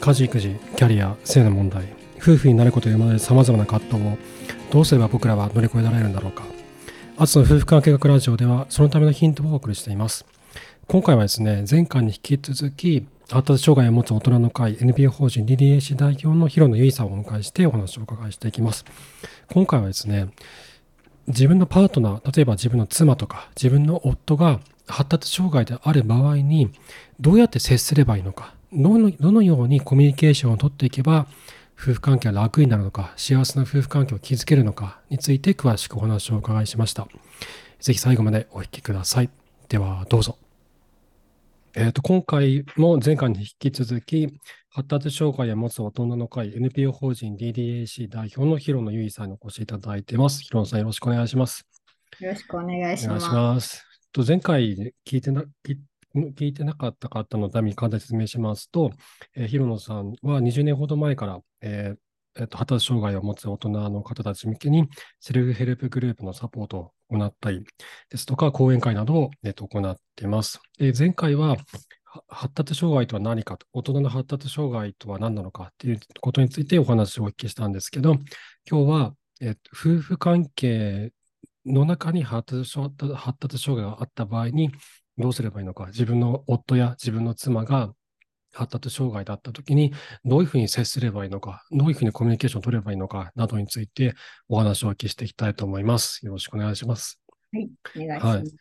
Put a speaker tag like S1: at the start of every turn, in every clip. S1: 家事育児キャリア性の問題夫婦になることで生まれるさまざまな葛藤をどうすれば僕らは乗り越えられるんだろうかアツの夫婦関係学ラジオではそのためのヒントをお送りしています今回はですね前回に引き続き発達障害を持つ大人の会 NPO 法人 DDAC 代表の広野由衣さんをお迎えしてお話をお伺いしていきます今回はですね自分のパートナー例えば自分の妻とか自分の夫が発達障害である場合にどうやって接すればいいのかどのどのようにコミュニケーションを取っていけば夫婦関係が楽になるのか幸せな夫婦関係を築けるのかについて詳しくお話をお伺いしましたぜひ最後までお聞きくださいではどうぞえー、と今回も前回に引き続き発達障害を持つ大人の会 NPO 法人 DDAC 代表の広野由衣さんにお越しいただいています広野さんよろしくお願いします
S2: よろしくお願い
S1: お
S2: し
S1: 願いし
S2: ま
S1: ます。と前回聞いてな聞い聞いてなかった方のために簡単に説明しますと、えー、広野さんは20年ほど前から、えーえっと発達障害を持つ大人の方たち向けにセルフヘルプグループのサポートを行ったりですとか、講演会などを、えっと行っています。で前回はは発達障害とは何かと、大人の発達障害とは何なのかということについてお話をお聞きしたんですけど、今日は、えっと夫婦関係の中に発達障発達障害があった場合にどうすればいいのか、自分の夫や自分の妻が発達障害だったときに、どういうふうに接すればいいのか、どういうふうにコミュニケーションを取ればいいのかなどについてお話をお聞きしていきたいと思います。よろしくお願いします。
S2: す。お願いし
S1: は
S2: ま
S1: い
S2: す。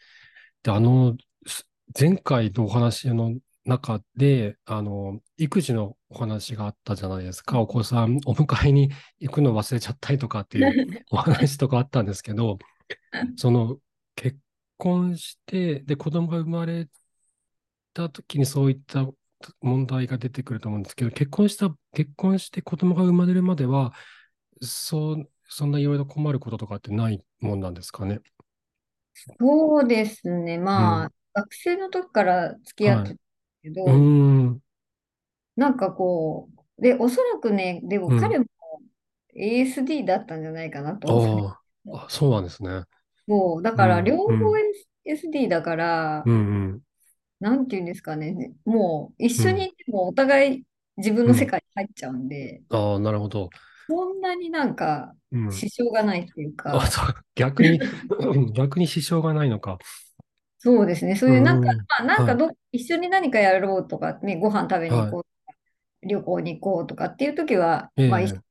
S1: で、あの、す前回のお話の中で、あの、育児のお話があったじゃないですか、お子さん、お迎えに行くの忘れちゃったりとかっていうお話とかあったんですけど、その結婚して、で、子供が生まれた時にそういった問題が出てくると思うんですけど、結婚した、結婚して子供が生まれるまでは、そう、そんないろいろ困ることとかってないもんなんですかね。
S2: そうですね。まあ、
S1: う
S2: 学生の時から付き合ってたけど、
S1: うーん、
S2: なんかこう、で、おそらくね、で
S1: うん
S2: も彼も ASD だったんじゃないかなと思うんですよね
S1: ああ、あ、そうなんですね。
S2: そう、だから
S1: うん
S2: 両方
S1: うん
S2: ASD だから
S1: う、ん
S2: なんていうんですかね、もう一緒にいてもお互い自分の世界に入っちゃうんで、
S1: うん。ああ、なるほど。
S2: そんなになんか
S1: うん。
S2: 支障がないっていう
S1: あ、
S2: か、
S1: そう、逆に、うん逆に支障がないのか。
S2: そうですね、そういうなんか
S1: うん
S2: まあ、なん
S1: は
S2: か
S1: い
S2: ど、一緒に何かやろうとか、ね、ご飯食べに行こうとか、旅行に行こうとかっていう時は、
S1: ええ
S2: まあ、一緒に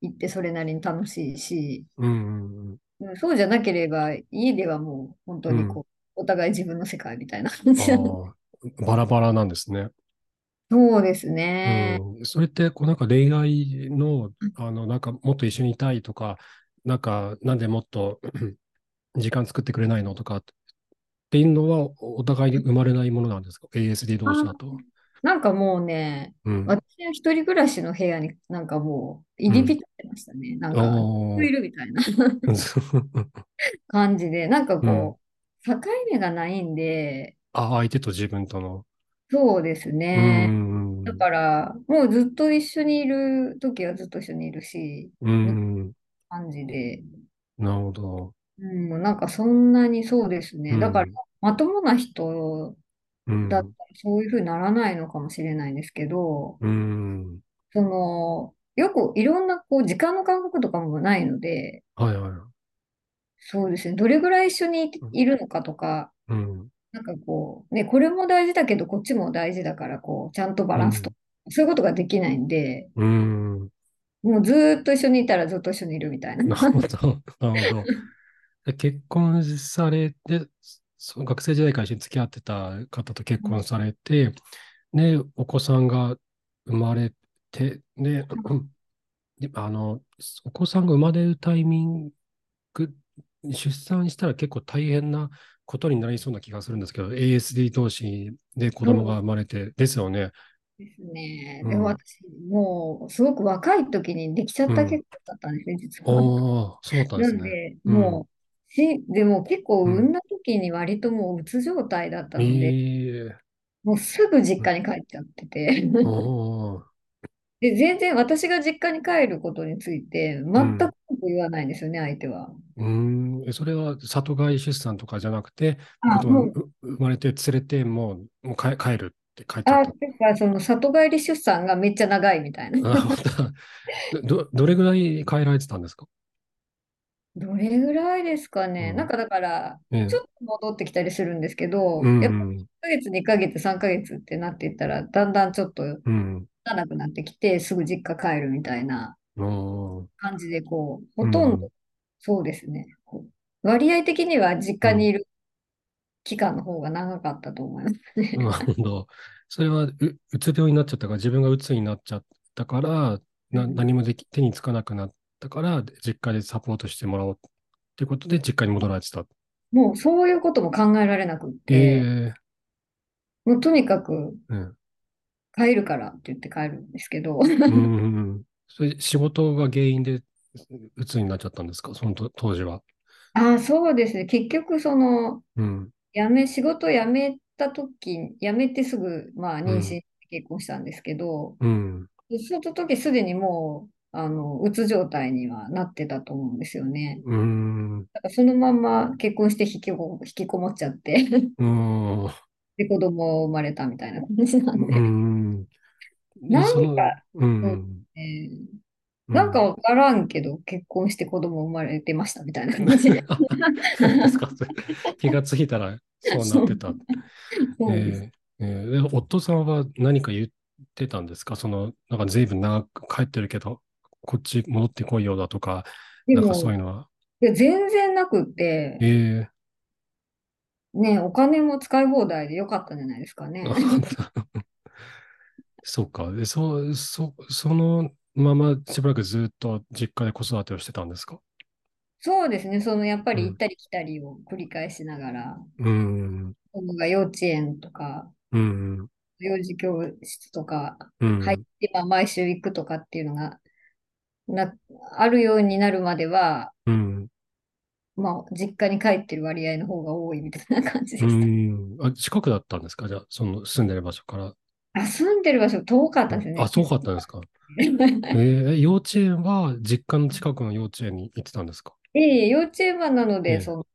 S2: 行ってそれなりに楽しいし、
S1: うんうんうん。
S2: うんそうじゃなければ、家ではもう本当にこう、お互い自分の世界みたいな感じなの。
S1: ああ、バラバラなんですね。
S2: そうですね。
S1: うん、それって、こうなんか恋愛の、あの、なんかもっと一緒にいたいとか、なんか、なんでもっと時間作ってくれないのとかっていうのは、お互いに生まれないものなんですか ?ASD 同士だと。
S2: なんかもうね、
S1: うん。あ
S2: 私は一人暮らしの部屋になんかもう入り浸ってましたね。なんか、いるみたいな
S1: あ。
S2: 感じで、なんか
S1: うん
S2: こう、境目がないんで、
S1: あ、相手と自分との。
S2: そうです
S1: う
S2: ね。
S1: ん
S2: だから、もうずっと一緒にいるときはずっと一緒にいるし、
S1: うん。うん。
S2: 感じで、
S1: なるほど。
S2: うん、なんかそんなにそうですね。だから、まともな人
S1: うん、
S2: だったらそういうふうにならないのかもしれないんですけど、
S1: うん。
S2: その、よくいろんなこう時間の感覚とかもないので、
S1: はいはい。
S2: そうですね。どれぐらい一緒にい
S1: うん
S2: いるのかとか、
S1: うん。
S2: なんかこう、ね、これも大事だけど、こっちも大事だから、こう、ちゃんとバランスとか、そういうことができないんで、
S1: うん。
S2: もうずーっと一緒にいたらずっと一緒にいるみたい な。
S1: なるほど。なるほ ど。で結婚されて、そ学生時代から一緒に付き合ってた方と結婚されて、ね、お子さんが生まれて、ね、 であの、お子さんが生まれるタイミング、出産したら結構大変なことになりそうな気がするんですけど、ASD 同士で子供が生まれて、ですよね。
S2: ですね。
S1: うん
S2: でも私、もうすごく若い時にできちゃった結果だったんですね、実は。
S1: ああ、そうだったんで
S2: な
S1: す
S2: ん
S1: ね。
S2: で、
S1: うん
S2: もう、し、でも結構
S1: うん
S2: 産んだ時に割ともううつ状態だったので、
S1: ええ
S2: もうすぐ実家に帰っちゃってて、
S1: おー
S2: で、全然私が実家に帰ることについて、全く文句言わないんですよね、相手は。
S1: うーん、えそれは里帰り出産とかじゃなくて、
S2: あ、
S1: 子供
S2: もう、
S1: う生まれて連れてもう、もう帰帰るって書いてあ
S2: あ、
S1: っ
S2: だからその里帰り出産がめっちゃ長いみたい
S1: た。
S2: な。
S1: あ本当だど、どれぐらい変えられてたんですか
S2: どれぐらいですか
S1: う
S2: ね。
S1: ん
S2: なんかだから、
S1: ね
S2: ちょっと戻ってきたりするんですけど、
S1: うん
S2: や
S1: う
S2: っぱ1
S1: ん
S2: ヶ月、2ヶ月、3ヶ月ってなっていったら、だんだんちょっと
S1: うん。
S2: 長くなってきて、すぐ実家帰るみたいな
S1: うん。
S2: 感じで、こう、ほとん
S1: う
S2: ど、そうですね。こう割合的には実家にいる期間の方が長かったと思います。
S1: なるほど。それはう、うつ病になっちゃったから、自分がうつになっちゃったから、な
S2: うん
S1: 何もでき手につかなくなったから、実家でサポートしてもらおうっていうことで、実家に戻られてた。
S2: もうそういうことも考えられなくっ
S1: え
S2: て、
S1: え
S2: もうとにかく
S1: うん
S2: 帰るからって言って帰るんですけど、
S1: うんうんうん。それ仕事が原因でうつになっちゃったんですかそのと当時は。
S2: ああ、そうですね。結局、その、
S1: うん。
S2: 辞め、仕事辞めた時、辞めてすぐ、まあ、
S1: ん
S2: 妊娠、結婚したんですけど、
S1: うん。
S2: その時すでにもう、あの、うつ状態にはなってたと思うんですよね。
S1: うん。う
S2: だからそのまんま結婚して引きこ、引きこもっちゃって、
S1: ん。
S2: で、子供生まれたみたいな感じなんで、
S1: うん。
S2: なんか
S1: そのうん。
S2: えー
S1: う
S2: なんかわからんけど、結婚して子供生まれてましたみたいな感じで。
S1: そうですか それ気がついたらそうなってた。
S2: そうです
S1: ええええで夫さんは何か言ってたんですかその、なんか随分長く帰ってるけど、こっち戻ってこいよだとか、
S2: で
S1: なんか
S2: も
S1: そういうのは。
S2: いや全然なくって、
S1: え
S2: ね、お金も使い放題でよかったんじゃないですか
S1: え
S2: ね。
S1: そうか。で、そう、そ、そのまましばらくずっと実家で子育てをしてたんですか
S2: そうですね、そのやっぱり
S1: うん
S2: 行ったり来たりを繰り返しながら、
S1: うん。
S2: 子供が幼稚園とか、
S1: うん。
S2: 幼児教室とか
S1: うん。
S2: 入って、まあ毎週行くとかっていうのがな、あるようになるまでは、
S1: うん。
S2: まあ実家に帰ってる割合の方が多いみたいな感じで
S1: う
S2: した。
S1: ん。あ、近くだったんですかじゃあ、その住んでる場所から。
S2: あ、住んでる場所遠かったですね。
S1: あ、そうかったんですか。え
S2: ね。
S1: え幼稚園は実家の近くの幼稚園に行ってたんですか
S2: いえいえ、幼稚園はなの
S1: え
S2: で、
S1: え
S2: その、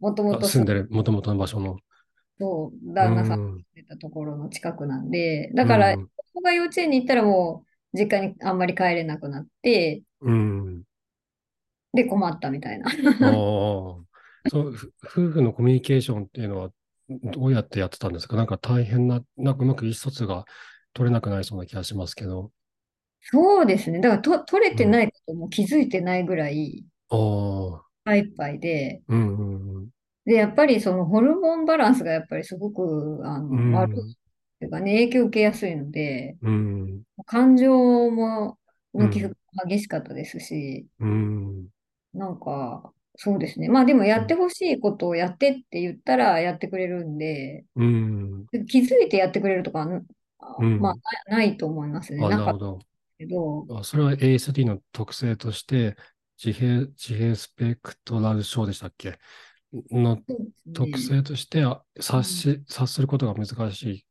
S2: もとも
S1: あ
S2: と
S1: 住んでる、もともとの場所の。
S2: そう旦那さん
S1: う
S2: が
S1: ん
S2: 住んでたところの近くなんで、だから、
S1: うん
S2: 子供が幼稚園に行ったらもう実家にあんまり帰れなくなって、
S1: うん。
S2: で困ったみたいな。
S1: ああ。 そう、ふ夫婦のコミュニケーションっていうのは、どうやってやってたんですかなんか大変な、なんかうまく意思疎通が取れなくなりそうな気がしますけど。
S2: そうですね。だからと取れてないことも気づいてないぐらい
S1: ああ。
S2: いっぱいで、
S1: うんうん
S2: で、やっぱりそのホルモンバランスがやっぱりすごくあ
S1: う
S2: の
S1: ん。
S2: 悪いというかね、影響を受けやすいので、
S1: うん。
S2: 感情もの起伏も激しかったですし、
S1: うん。
S2: なんか、そうですね。まあでもやってほしいことをやってって言ったらやってくれるんで、
S1: うん。
S2: 気づいてやってくれるとか、あ
S1: うん
S2: まあ、なないと思いますね。
S1: あ、
S2: な
S1: な
S2: か
S1: る
S2: っ
S1: ほど。
S2: たけど、
S1: あそれは ASD の特性として、自閉、自閉スペクトラル症でしたっけの
S2: そうで
S1: 特
S2: すね。
S1: 性として、あ察し、察することが難しい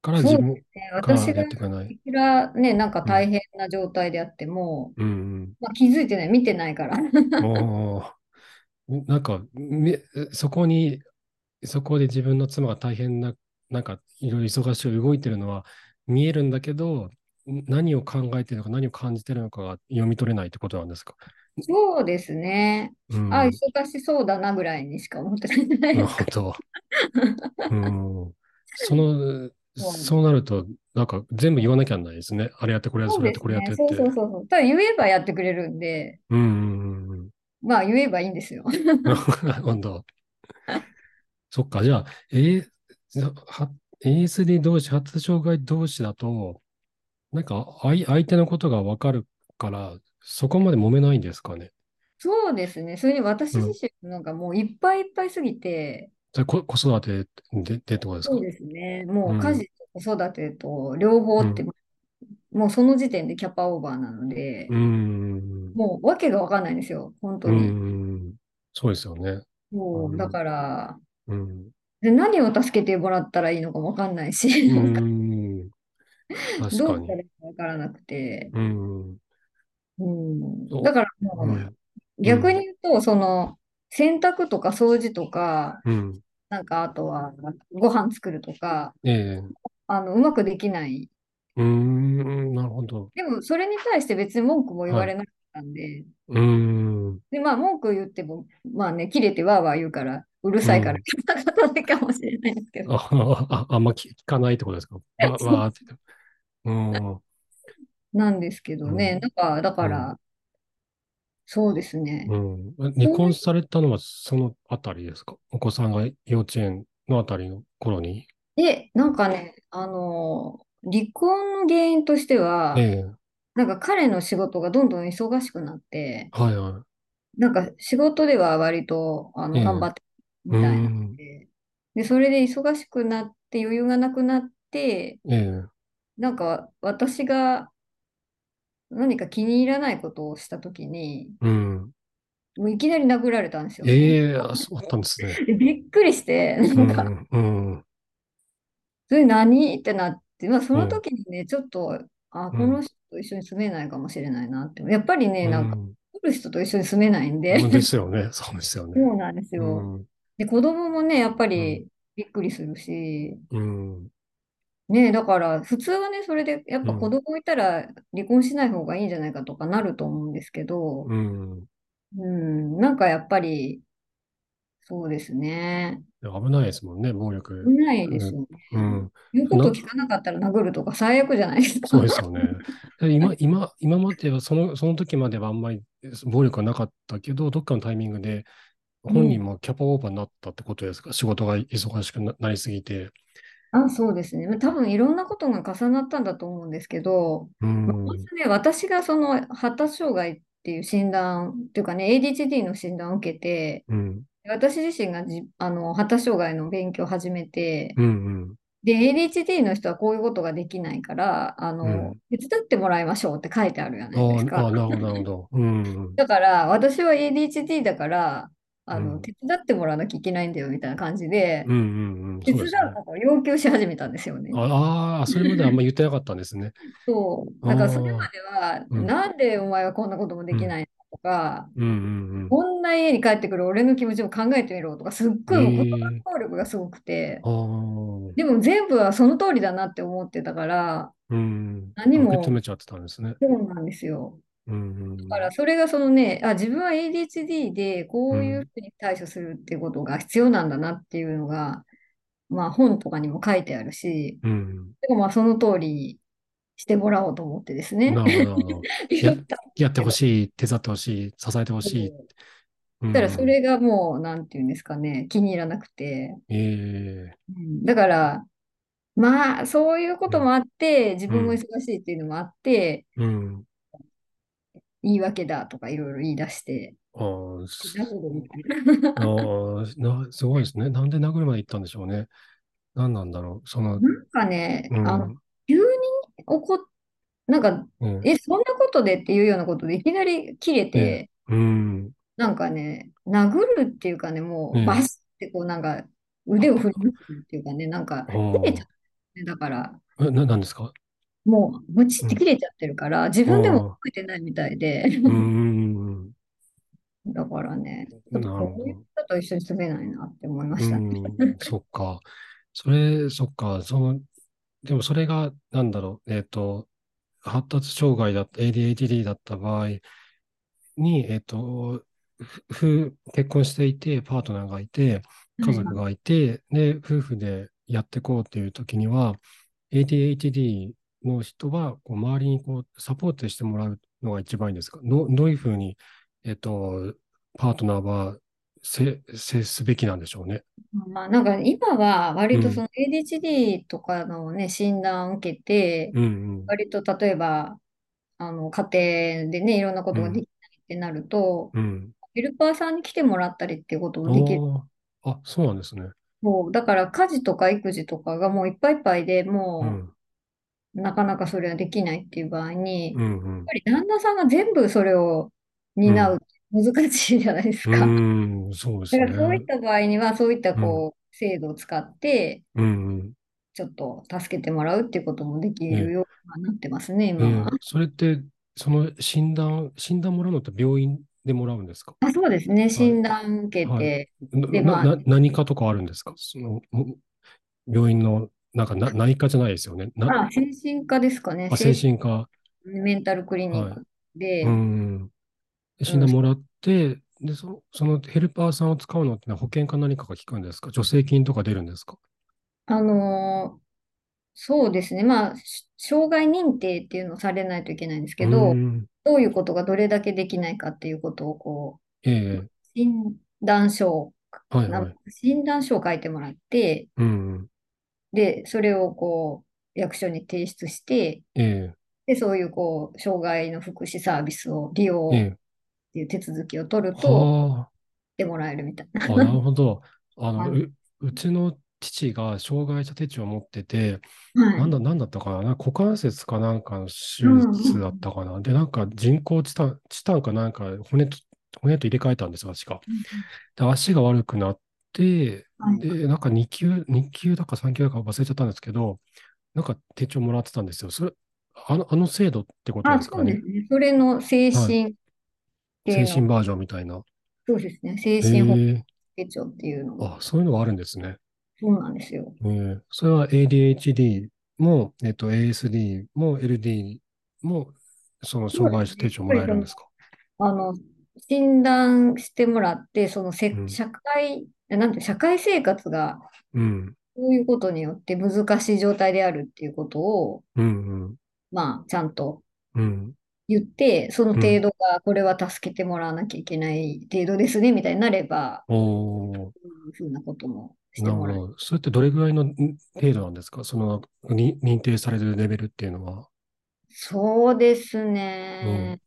S1: から
S2: そう
S1: 自分
S2: ね
S1: から
S2: 私が
S1: やっ
S2: い
S1: てくれない。
S2: くらね、なんか大変な状態であっても、
S1: うん
S2: まあ、気づいてない、見てないから。
S1: うん。おーなんか、みそこに、そこで自分の妻が大変な、なんかいろいろ忙しい動いてるのは見えるんだけど、何を考えてるのか何を感じてるのかが読み取れないってことなんですか。
S2: そうですね。
S1: うん、
S2: あ、忙しそうだなぐらいにしか思ってないじゃない
S1: な
S2: で
S1: る
S2: す
S1: ほ
S2: か。
S1: ど。うん。その、
S2: そう
S1: そうなると、なんか全部言わなきゃならないですね。あれやって、これやって、
S2: そ
S1: そうれや
S2: で
S1: って、
S2: す
S1: これやってっ
S2: ね。そうそう
S1: て。
S2: そうそう。ただ言えばやってくれるんで、
S1: うんうん
S2: まあ言えばいいんですよ。
S1: うんうん。 本当。そっか、じゃあ、A、は ASD 同士、発達障害同士だと、なんか相、相手のことがわかるから、そこまで揉めないんですかね。
S2: そうですね。それに私
S1: うん
S2: 自身なんかもういっぱいいっぱいすぎて、
S1: それこ子育てで、でってことですか
S2: そうですね。も
S1: うん
S2: う家事と子育てと両方って、もうその時点でキャパオーバーなので、
S1: うん。
S2: もう訳が分かんないんですよ、本当
S1: う
S2: に。
S1: ん。そうですよね。
S2: も
S1: うん
S2: うだから
S1: うん。
S2: で、何を助けてもらったらいいのかも分かんないし、
S1: う
S2: ど
S1: ん。確
S2: う
S1: か
S2: した
S1: に。
S2: らいいか分からなくて、
S1: うん。
S2: うん
S1: そう
S2: だからもう
S1: うん
S2: 逆に言うと、その洗濯とか掃除とか、
S1: うん。
S2: なんかあとはご飯作るとか、
S1: ええ。
S2: あの、うまくできない。
S1: うーん、なるほど。
S2: でも、それに対して別に文句も言われなかったんで、
S1: うーん。
S2: で、まあ、文句言っても、まあね、切れてわーわー言うから、うるさいから、言わなかったかもしれないですけど、
S1: あ、 あああんま聞聞かないってことですか。わ、
S2: そう
S1: わーって言って。うん。
S2: なんですけど
S1: うん
S2: ね、なんか、だから、そうですね。
S1: うん、 離婚されたのはそのあたりですかお子さんが幼稚園のあたりの頃に。
S2: で、なんかね、あの、離婚の原因としては、
S1: ええ、
S2: なんか彼の仕事がどんどん忙しくなって、
S1: はいは
S2: なんか仕事では割と、
S1: え
S2: あ
S1: え
S2: の、頑張って
S1: い。
S2: みたいな
S1: うん
S2: んで、で、それで忙しくなって余裕がなくなって、
S1: ええ、
S2: なんか私が何か気に入らないことをしたときに、
S1: うん。
S2: もういきなり殴られたんですよね。
S1: ええ、あそうだったんですね。
S2: でびっくりして、
S1: う
S2: なんか、
S1: ん、うん、
S2: それ何ってなって、まあ、そ
S1: うん
S2: の時にね、ちょっと、あ、
S1: うん
S2: この人と一緒に住めないかもしれないなって。やっぱりね、なんか、
S1: う
S2: 来る人と一緒に住めないんで、
S1: ん。ですよね。 そうですよね。
S2: そうなんです
S1: う
S2: よ。
S1: ん、
S2: で、子供もね、やっぱ
S1: う
S2: りびっくりするし、
S1: うん、
S2: ね、だから、普通はね、それで、やっぱ
S1: うん
S2: 子供いたら離婚しない方がいいんじゃないかとかなると思うんですけど、
S1: うん。
S2: うん、なんかやっぱり、そうですね。
S1: 危ないですもんね、暴力。
S2: 危ないですよね。
S1: うん、
S2: 言うこと聞かなかったら殴るとか最悪じゃないですか。
S1: そうですよ ね。で今、今、今までは、その、その時まではあんまり暴力はなかったけど、どっかのタイミングで、本人もキャパオーバーになったってことですか、仕事が忙しくななりすぎて。
S2: あ、そうですね。まあ多分いろんなことが重なったんだと思うんですけど、
S1: う
S2: まあ
S1: ん。
S2: まずね、私がその発達障害っていう診断っていうかね、ADHD の診断を受けて、
S1: うん。
S2: 私自身がじ、あの発達障害の勉強を始めて、
S1: うん。
S2: で、ADHD の人はこういうことができないから、あ
S1: う
S2: の、手伝ってもらいましょうって書いてあるじゃ
S1: あ
S2: ないです
S1: ー
S2: か。
S1: あー、なるほど、なるほど。うん。
S2: だから、私は ADHD だから、あ
S1: う
S2: の、
S1: ん
S2: 手伝ってもらわなきゃいけないんだよみたいな感じで、
S1: うんうんうん。
S2: 手
S1: そうで
S2: 伝う
S1: すね。
S2: ことを要求し始めたんですよね。
S1: ああー、それまであんま言ってなかったんですね。
S2: そう。
S1: あー
S2: だからそれまでは、
S1: うん
S2: なんでお前はこんなこともできないのとか、
S1: うんうん
S2: こんな家に帰ってくる俺の気持ちも考えてみろとか、すっ
S1: う
S2: ごい
S1: ん。
S2: もう
S1: え
S2: 言葉
S1: ー、
S2: の能力がすごくて、
S1: ああ、
S2: でも全部はその通りだなって思ってたから、
S1: うん。
S2: 何も
S1: 受け止めちゃってたんですね。
S2: そうなんですよ。
S1: うん
S2: だからそれがそのね、あ、自分は ADHD でこういうふうに対処するっていうことが必要なんだなっていうのが、まあ本とかにも書いてあるし、
S1: うん。うん。
S2: でもまあその通りにしてもらおうと思ってですね、
S1: なるほど、なるほど。
S2: 言った。
S1: やってほしい、手伝ってほしい、支えてほしい。う
S2: そ
S1: ん
S2: したらそれがもう、なんていうんですかね、気に入らなくて。
S1: え
S2: だから、まあ、そういうこともあって、自分も忙しいっていうのもあって、
S1: えうん。
S2: 言い訳だとかいろいろ言い出して、
S1: あーす
S2: なるほどみたいな
S1: あーな、すごいですね。なんで殴るまで行ったんでしょうね。何なんだろう。その、
S2: なんかね、
S1: うん。
S2: あの、急に怒っ、なんか、
S1: うん
S2: え、そんなことでっていうようなことで、いきなり切れて、
S1: うん。
S2: なんかね、殴るっていうかね、も
S1: ええ
S2: う、バシってこう、なんか、腕を振り抜くっていうかね、なんか、切れちゃってね、だから、
S1: えな、なんですか
S2: もう、ブチって切れちゃってるから、自分でも覚えてないみたいで、
S1: うんうん。
S2: だからね、ち
S1: な
S2: ょっ
S1: るほ
S2: とこういう人と一緒に住めないなって思いま
S1: ど。う
S2: したね。
S1: ん。そっか。それ、そっか。その、でもそれが、なんだろう。えっと、発達障害だった、ADHD だった場合に、えっと、ふふ結婚していて、パートナーがいて、家族がいて、で、夫婦でやっていこうっていう時には、ADHD の人は、こう、周りにこう、サポートしてもらうのが一番いいんですかどどういうふうに、えっと、パートナーはせ、接すべきなんでしょうね。
S2: まあ、なんか今は割とその ADHD とかのね、診断を受けて、
S1: うん
S2: 割と例えば、あの、家庭でね、いろんなことができないってなると、
S1: うん。うん。
S2: ヘルパーさんに来てもらったりっていうこともできる。
S1: ああ、あ、そうなんですね。
S2: もう、だから家事とか育児とかがもういっぱいいっぱいで
S1: う
S2: も
S1: ん。
S2: う、なかなかそれはできないっていう場合に、
S1: うんうん
S2: やっ。ぱり旦那さんが全部それを担うって難しいじゃないです
S1: う
S2: か。
S1: ーん、そうです
S2: だか
S1: ね。
S2: らそういった場合には、そういったこう制度を使って、
S1: うんうん。
S2: ちょっと助けてもらうっていうこともできるようになってますね、
S1: え
S2: 今
S1: え
S2: は。
S1: それって、その診断、診断もらうのって病院でもらうんですか
S2: あ、そうですね、診断受け
S1: は
S2: て、
S1: な
S2: で
S1: な
S2: まあ
S1: な何かとかあるんですかその、も病院のなんかな内科じゃないですよね。な
S2: あ、精神科ですかね。
S1: あ精神科。
S2: メンタルクリニックで、
S1: うん。で診断もらって、でその、そのヘルパーさんを使うのってのは保険か何かが効くんですか助成金とか出るんですか
S2: あのーそうですね。まあ、し障害認定っていうのをされないといけないんですけど、
S1: うん
S2: どういうことがどれだけできないかっていうことを、こ
S1: え
S2: う、診断書
S1: えは
S2: を、
S1: い
S2: な
S1: は
S2: ん
S1: い
S2: か。診断書を書いてもらって、
S1: うん。
S2: で、それをこう、役所に提出して、
S1: え
S2: で、そういうこう、障害の福祉サービスを利用
S1: ええ
S2: っ
S1: え
S2: ていう手続きを取ると、
S1: は
S2: でもらえるみたいな。
S1: あ、あ、なるほ ど。あ
S2: あ
S1: の、
S2: の
S1: う、うちの父が障害者手帳を持ってて、
S2: はい。
S1: なんだ、なんだったかな、なんか股関節かなんかの手術だったかな。で、なんか人工チタン、チタンかなんか骨と、骨と入れ替えたんですよ、確か。で、足が悪くなって、
S2: はい
S1: で、なんか2級、二級だか3級だか忘れちゃったんですけど、なんか手帳もらってたんですよ。それ、あの、あの制度ってこと
S2: あ、
S1: です
S2: そ
S1: か
S2: うで
S1: ね
S2: す。ね。それの精神っていう
S1: 精
S2: の、
S1: 神バージョンみたいな。
S2: そうですね。精
S1: え
S2: 神保健
S1: え
S2: 手帳っていうのが、
S1: あ、そういうのはあるんですね。
S2: そうなんですよ。
S1: ええそれは ADHD も、えっと、ASD も LD も、その障害者手帳もらえるんですか
S2: あの、診断してもらって、そのせ、
S1: うん
S2: 社会、なんて、社会生活が、
S1: うん。
S2: こういうことによって難しい状態であるっていうことを、
S1: うん
S2: まあ、ちゃんと
S1: うん。うん。
S2: 言って、その
S1: うん
S2: 程度が、これは助けてもらわなきゃいけない程度ですね、みたいになれば、
S1: おー。
S2: そういうふうなこともして
S1: なる
S2: も
S1: ほ
S2: らえる。
S1: ど。それってどれぐらいのん程度なんですかそのに認定されるレベルっていうのは。
S2: そうですね。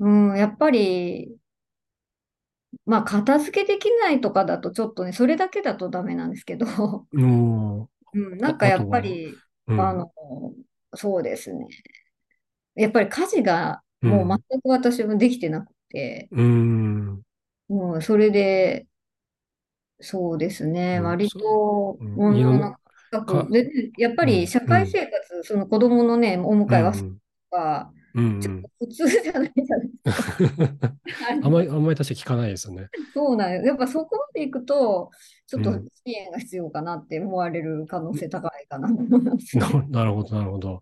S2: うん、やっぱり、まあ、片付けできないとかだと、ちょっとね、それだけだとダメなんですけど、
S1: うん。
S2: うん、なんか
S1: あ
S2: や
S1: あと
S2: っ
S1: は
S2: ぱり、
S1: うん
S2: あの、そうですね。やっぱり家事が
S1: うん
S2: もう全く私もできてなくて、
S1: うん。
S2: うん、それで、そうですね、
S1: うん
S2: 割と
S1: うん
S2: 問題
S1: 家の
S2: の深く
S1: か
S2: ででやっぱ
S1: うん
S2: り社会生活、その子供のね、お迎えはす
S1: うん
S2: とか、
S1: うん
S2: ちょっと普通じゃないじゃないですか。
S1: うん あんまり、あんまり確かに聞かないですよね。
S2: そうなんよやっぱそこまで行くと、ちょっ
S1: う
S2: と
S1: ん
S2: 支援が必要かなって思われる可能性高いかなと思います。
S1: な なるほど、なるほど。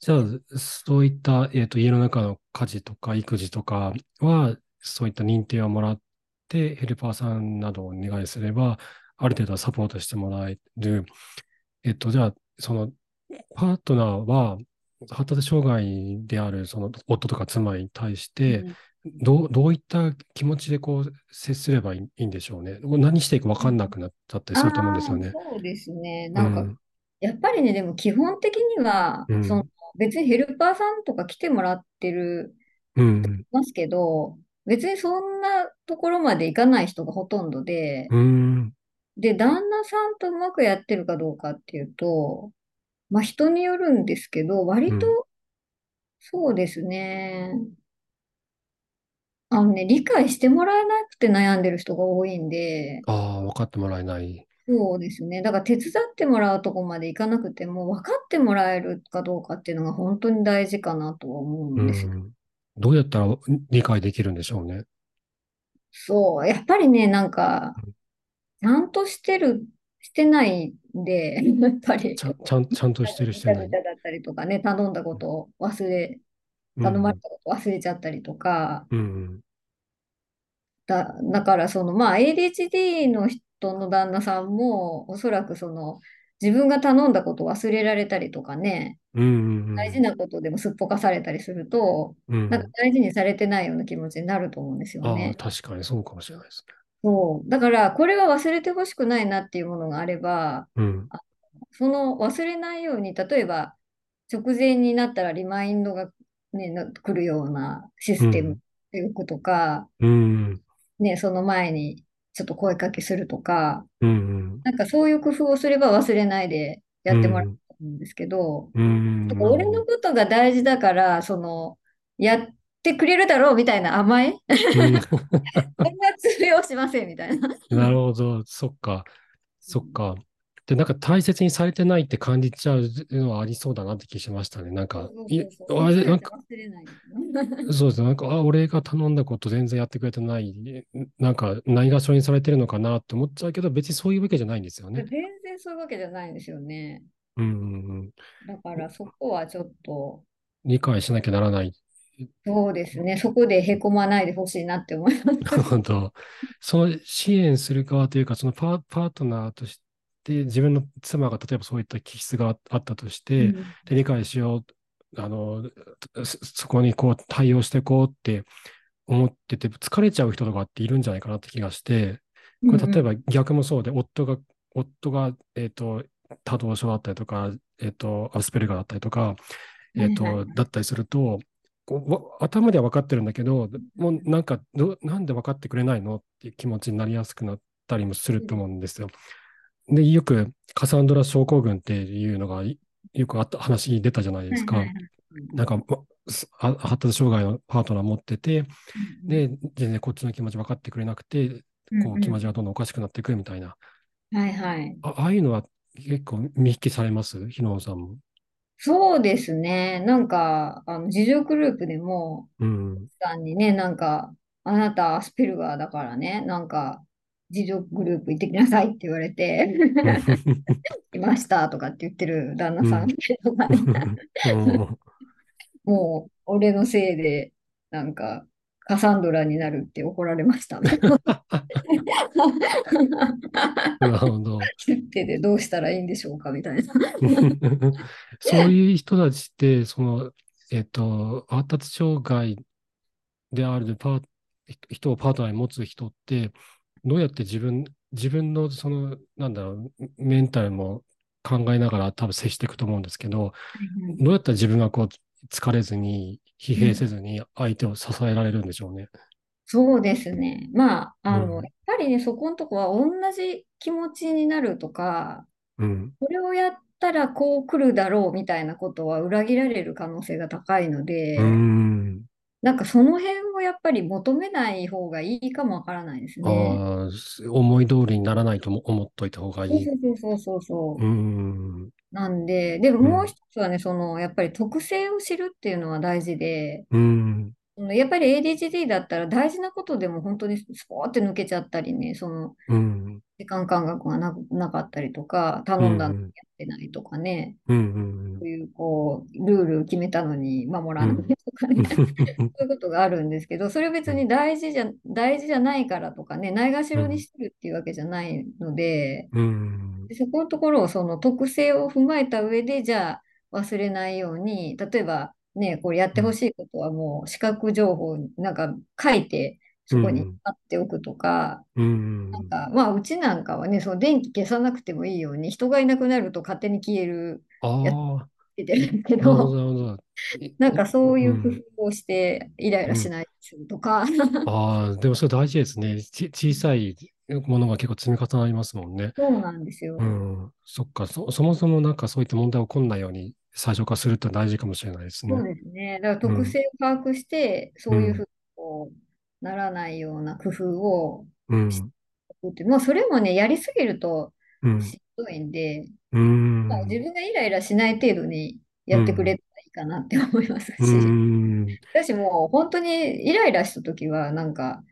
S1: じゃあ、そういった、えっと、家の中の家事とか育児とかは、そういった認定をもらって、ヘルパーさんなどをお願いすれば、ある程度はサポートしてもらえる。えっと、じゃあ、その、パートナーは、発達障害である、その、夫とか妻に対して、どう、どういった気持ちでこう、接すればいいいいんでしょうね。もう何していいか分かんなくなっちゃったりすると思うんですよね。
S2: あーそうですね。
S1: う
S2: なんか、
S1: ん。
S2: やっぱりね、でも基本的には、
S1: うん
S2: その別にヘルパーさんとか来てもらってる
S1: うん。
S2: ますけど、別にそんなところまで行かない人がほとんどで、
S1: うん。
S2: で、旦那さんとうまくやってるかどうかっていうと、まあ人によるんですけど、割
S1: う
S2: と、そうですね。あのね、理解してもらえなくて悩んでる人が多いんで、
S1: ああ、分かってもらえない。
S2: そうですね。だから手伝ってもらうとこまでいかなくても、分かってもらえるかどうかっていうのが本当に大事かなとは思うんですよ。
S1: うんどうやったら理解できるんでしょうね。
S2: そう、やっぱりね、なんか
S1: うん、
S2: ちゃんとしてる、してないんで、 やっぱり、
S1: ちゃん、ちゃん、ちゃんとしてるしてな
S2: ぐ
S1: い。
S2: ちゃぐちゃだったりとかね、頼んだことを忘れ、
S1: うん
S2: 頼まれたことを忘れちゃったりとか、
S1: うん
S2: だ、だからその、まあ、ADHD の人の旦那さんも、おそらくその、自分が頼んだことを忘れられたりとかね、
S1: うん。うんうん
S2: 大事なことでもすっぽかされたりすると、
S1: うん。うん
S2: なんか大事にされてないような気持ちになると思うんですよ
S1: ああ、
S2: ね。
S1: 確かにそうかもしれないです
S2: そう。だから、これは忘れてほしくないなっていうものがあれば、
S1: ね。うん。
S2: その忘れないように、例えば直前になったらリマインドが、ね、な来るようなシステムっていうことか、
S1: うん。
S2: ね、その前にちょっと声かけするとか、
S1: うん。
S2: なんかそういう工夫をすれば忘れないでやってもら
S1: う
S2: うんと思うんですけど、
S1: うん。
S2: なんか俺のことが大事だから、その、やってくれるだろうみたいな甘え、 そんな通用しませんみたいな。
S1: うんなるほど。そっか。そっか。で、なんか大切にされてないって感じちゃうのはありそうだなって気しましたね。なんか、い
S2: そう
S1: あれ、なん
S2: 忘
S1: か、
S2: れない。
S1: そうですね。なんか、あ、俺が頼んだこと全然やってくれてない、なんか、ないがしろにされてるのかなって思っちゃうけど、別にそういうわけじゃないんですよね
S2: 全。然然そういうわけじゃないんですよね。
S1: うんうんうん。
S2: だからそこはちょっと、
S1: 理解しなきゃならない。
S2: そうですね、そこでへこまないでほしいなって思います。
S1: なるほど。その支援する側というか、そのパーパートナーとして、自分の妻が例えばそういった気質があったとして、で理解しよう、あの、そそこにこう対応していこうって思ってて、疲れちゃう人とかっているんじゃないかなって気がして、
S2: うん
S1: これ例えば逆もそうで、夫が、夫が、えっと、多動症だったりとか、えっと、アスペルガーだったりとか、えっ
S2: はいは
S1: と、だったりすると、こうわ頭では分かってるんだけど、もうなんかど、なんで分かってくれないのっていう気持ちになりやすくなったりもすると思うんですよ。で、よくカサンドラ症候群っていうのがいよくあった話に出たじゃないですか
S2: はいは。いはい
S1: なんか、わすあ発達障害のパートナー持ってて、で、全然こっちの気持ち分かってくれなくて、こう気持ちがどんどんおかしくなっていくみたいな。
S2: うんうんはいはい。
S1: あああいうのは結構見聞きされます日野さんも。
S2: そうですね。なんか、あの、自助グループでも、
S1: うん。
S2: さんにね、なんか、あなたアスペルガーだからね、なんか、自助グループ行ってきなさいって言われて、いましたとかって言ってる旦那さんとかね、
S1: うん
S2: もう、俺のせいで、なんか、カサンドラになるって怒られました ね。
S1: なるほど。
S2: 言っててどうしたらいいんでしょうかみたいな。
S1: そういう人たちって、その、えっと、発達障害であるパー人をパートナーに持つ人って、どうやって自分、自分のその、なんだろう、メンタルも考えながら多分接していくと思うんですけど、どうやったら自分がこう、疲れずに、疲弊せずに相手を支えられるんでしょうね。
S2: そうですね。まあ、あ
S1: う
S2: の、
S1: ん
S2: やっぱりね、そこのとこは同じ気持ちになるとか、
S1: うん。
S2: これをやったらこう来るだろうみたいなことは裏切られる可能性が高いので、
S1: うん。
S2: なんかその辺をやっぱり求めない方がいいかもわからないですね。
S1: ああ、思い通りにならないとも思っといた方がい
S2: そう
S1: い。
S2: そうそうそうそう
S1: う。ん。
S2: なんで、でもも
S1: うん
S2: う一つはね、その、やっぱり特性を知るっていうのは大事で、
S1: うん。
S2: そのやっぱり ADHD だったら大事なことでも本当にスポーって抜けちゃったりね、その
S1: うん。
S2: 時間感覚がなく、なかったりとか、
S1: う
S2: 頼んだのやっ
S1: ん。
S2: てないとかね、
S1: うん。
S2: そういうこう、ルール決めたのに守らないとかね、そういうことがあるんですけど、それ別に大事じゃ、大事じゃないからとかね、ないがしろにしてるっていうわけじゃないので、
S1: うん。
S2: でそこのところをその特性を踏まえた上で、じゃあ忘れないように、例えばね、これやってほしいことはもう視覚情報になんか書いて、そこに
S1: うん
S2: 貼っておくとか、
S1: うん。
S2: なんか、まあ、うちなんかはね、その電気消さなくてもいいように、人がいなくなると勝手に消える、
S1: ああ、な
S2: 出てるけ
S1: るほ
S2: ど、
S1: ど、なるほど。
S2: なんかそうい
S1: う
S2: う
S1: ん
S2: 工夫をして、イライラしないようにするとか、
S1: ああ、でもそれ大事ですね。ち、小さいものが結構積み重なりますもんね。
S2: そうなんですよ。
S1: うん。そっか、そ、そもそもなんかそういった問題起こんないように最初化するって大事かもしれないですね
S2: そう。ですね。だから
S1: うん
S2: 特性を把握して、そういううんふうにこうならないような工夫を
S1: うん。
S2: って、まあ、それもね、やりすぎると
S1: うん。
S2: しんどいんで、
S1: うん。
S2: まあ、自分がイライラしない程度にやってくれたらいいかなって思いますし、
S1: うん。
S2: 私もう本当にイライラした時は、なんか、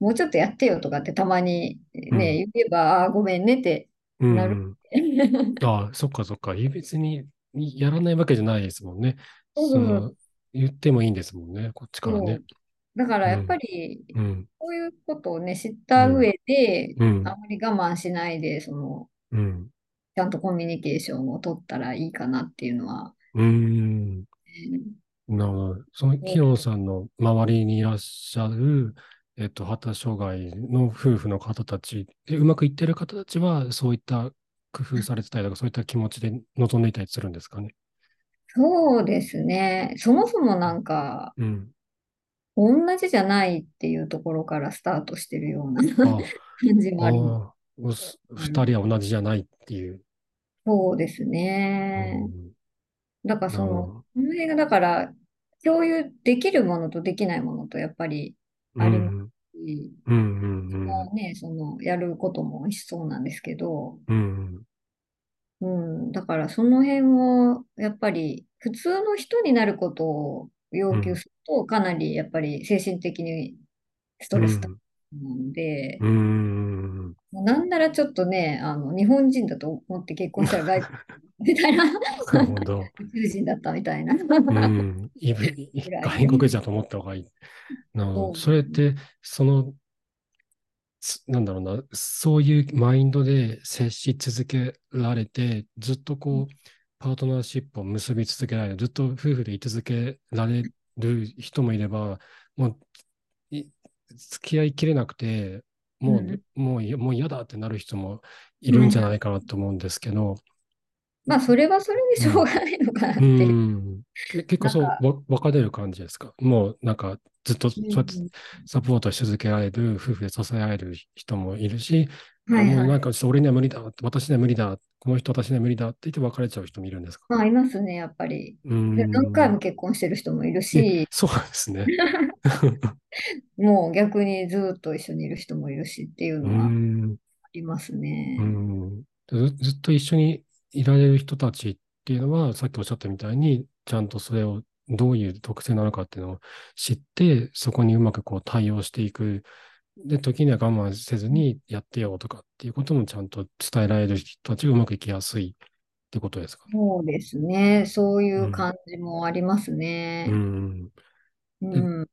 S2: もうちょっとやってよとかってたまに
S1: うん
S2: ね、言えば、あーごめんねって、
S1: うん
S2: なる
S1: うんああ、そっかそっか。い別にやらないわけじゃないですもんね。
S2: そうそうそう
S1: の言ってもいいんですもんね、こっちからね。
S2: だからやっぱり、
S1: うん、
S2: こういうことをね、知った上で、
S1: うん、
S2: あまり我慢しないで、その、
S1: うん、
S2: ちゃんとコミュニケーションを取ったらいいかなっていうのは、
S1: うん。
S2: ね
S1: なるほど。その、きよさんの周りにいらっしゃる、えっと、発達障害の夫婦の方たち、でうまくいってる方たちは、そういった工夫されてたりとか、そういった気持ちで臨んでいたりするんですかね。
S2: そうですね。そもそもなんか、
S1: うん。
S2: 同じじゃないっていうところからスタートしてるような
S1: あ
S2: 感じもあります。
S1: あ、おす二人は同じじゃないっていう。
S2: そうです
S1: う
S2: ね。
S1: ん
S2: だからそ
S1: なる
S2: の、
S1: ほど
S2: この辺がだから、共有できるものとできないものとやっぱり、あり
S1: う
S2: ま
S1: んうんうんうん。
S2: ね、その、やることも一そうなんですけど、
S1: うん
S2: うん、だからその辺をやっぱり普通の人になることを要求するとかなりやっぱり精神的にストレスなので、
S1: うーん。
S2: もうなんならちょっとね、あの日本人だと思って結婚したら外 国人みたいな、
S1: なるほど。
S2: 宇宙人だったみたいな。
S1: うん。いぶい
S2: ぐらい
S1: 外国人だと思った方がいい。なるほ
S2: そう
S1: ど。それって、その、すなんだろうな、そういうマインドで接し続けられて、ずっとこう、パートナーシップを結び続けられる、ずっと夫婦で居続けられる人もいれば、もう、い付き合いきれなくて、もう、
S2: うん
S1: もうい、もう嫌だってなる人もいるんじゃないかなと思うんですけど、
S2: まあ、それはそれでしょうがないのかなって
S1: う
S2: いう。
S1: ん。け結構そう、わ
S2: な
S1: 分かれる感じですかもうなんかずっとそうやってサポートし続けられる、夫婦で支えられる人もいるし、
S2: うんはい
S1: もう
S2: はい。
S1: なんかちょっと俺には無理だ、私には無理だ、この人私には無理だって言って別れちゃう人もいるんですか
S2: まあ、いますね、やっぱり。
S1: うん。
S2: で何回も結婚してる人もいるし、
S1: そうですね。
S2: もう逆にずっと一緒にいる人もいるしっていう
S1: う
S2: のはあ
S1: ん。
S2: りますね
S1: う。んずずっと一緒にいられる人たちっていうのは、さっきおっしゃったみたいに、ちゃんとそれをどういう特性なのかっていうのを知って、そこにうまくこう対応していく。で、時には我慢せずにやってよとかっていうこともちゃんと伝えられる人たちがうまくいきやすいってことですかね。
S2: そうですね。そういう感じもあります
S1: う
S2: ね。
S1: ん。
S2: うん。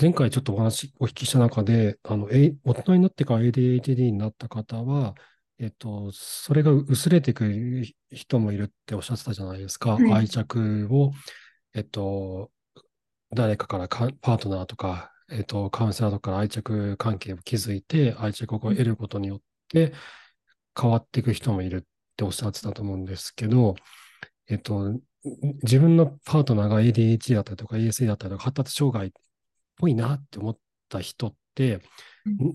S1: 前回ちょっとお話お聞きした中で、あの、え大人になってから ADHD になった方は、えっと、それが薄れてくる人もいるっておっしゃってたじゃないですか。
S2: はい
S1: 愛着を、えっと、誰かからかパートナーとか、えっと、カウンセラーとかから愛着関係を築いて、愛着を得ることによって変わっていく人もいるっておっしゃってたと思うんですけど、えっと、自分のパートナーが ADHD だったりとか ASA だったりとか発達障害っぽいなって思った人って、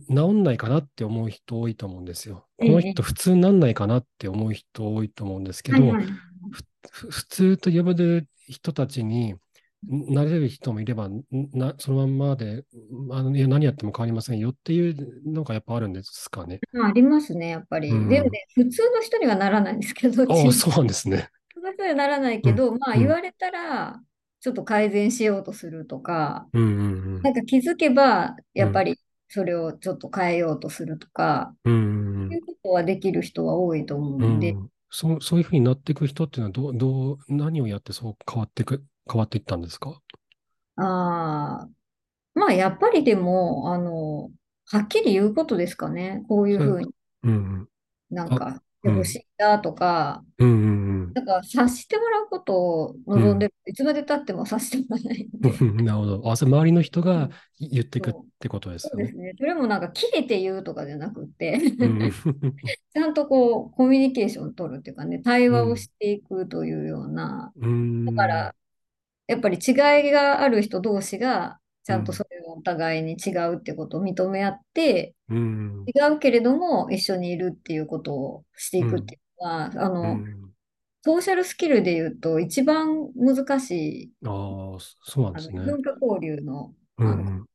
S1: ん治んないかなって思う人多いと思うんですよ。
S2: え
S1: こ
S2: え
S1: の人普通なんないかなって思う人多いと思うんですけ
S2: はい
S1: ど
S2: は、い。
S1: ふ普通と呼ばれる人たちにんなれる人もいれば、んなそのまんまでんあのいや何やっても変わりませんよっていうのがやっぱあるんですかね。
S2: まあ、ありますね、やっぱり。
S1: うん
S2: でもね、普通の人にはならないんですけど、
S1: ああ、
S2: 普
S1: そうなんですね。
S2: 通の人にはならないけど、まあ、
S1: うん
S2: 言われたら、ちょっと改善しようとするとか、
S1: うんうん
S2: なんか気づけば、やっぱりそれをちょっと変えようとするとか、
S1: うん。うんうん
S2: いうことはできる人は多いと思う
S1: うん
S2: で、
S1: ん、そう、そういうふうになっていく人っていうのはどう、どう、何をやってそう変わってく、変わっていったんですか
S2: ああ、まあ、やっぱりでも、あの、はっきり言うことですかね、こういうふうに
S1: うん
S2: なん
S1: あ
S2: かして
S1: う
S2: ほ
S1: ん
S2: しいなとか、
S1: うん。うん
S2: なんか察してもらうことを望んでる、いつまでたっても察してもらえないん
S1: う
S2: で。
S1: んうん。なるほど。あ、それ周りの人が言ってくっ
S2: そう
S1: てことです
S2: そう
S1: よ
S2: です
S1: ね。
S2: ね。それもなんか切れて言うとかじゃなくて、
S1: う
S2: ち
S1: ん
S2: ゃんとこうコミュニケーション取るっていうかね、対話をしていくというような、
S1: うん。
S2: だからやっぱり違いがある人同士が、ちゃんとそれをお互いに違うってことを認め合って、
S1: うん。
S2: 違うけれども一緒にいるっていうことをしていくっていうのは、あ
S1: う
S2: の、
S1: ん。
S2: ソーシャルスキルで言うと一番難しい、
S1: ああ、そそうなん
S2: あ
S1: です
S2: の異
S1: ね。
S2: 文化交流の
S1: う
S2: あの
S1: ん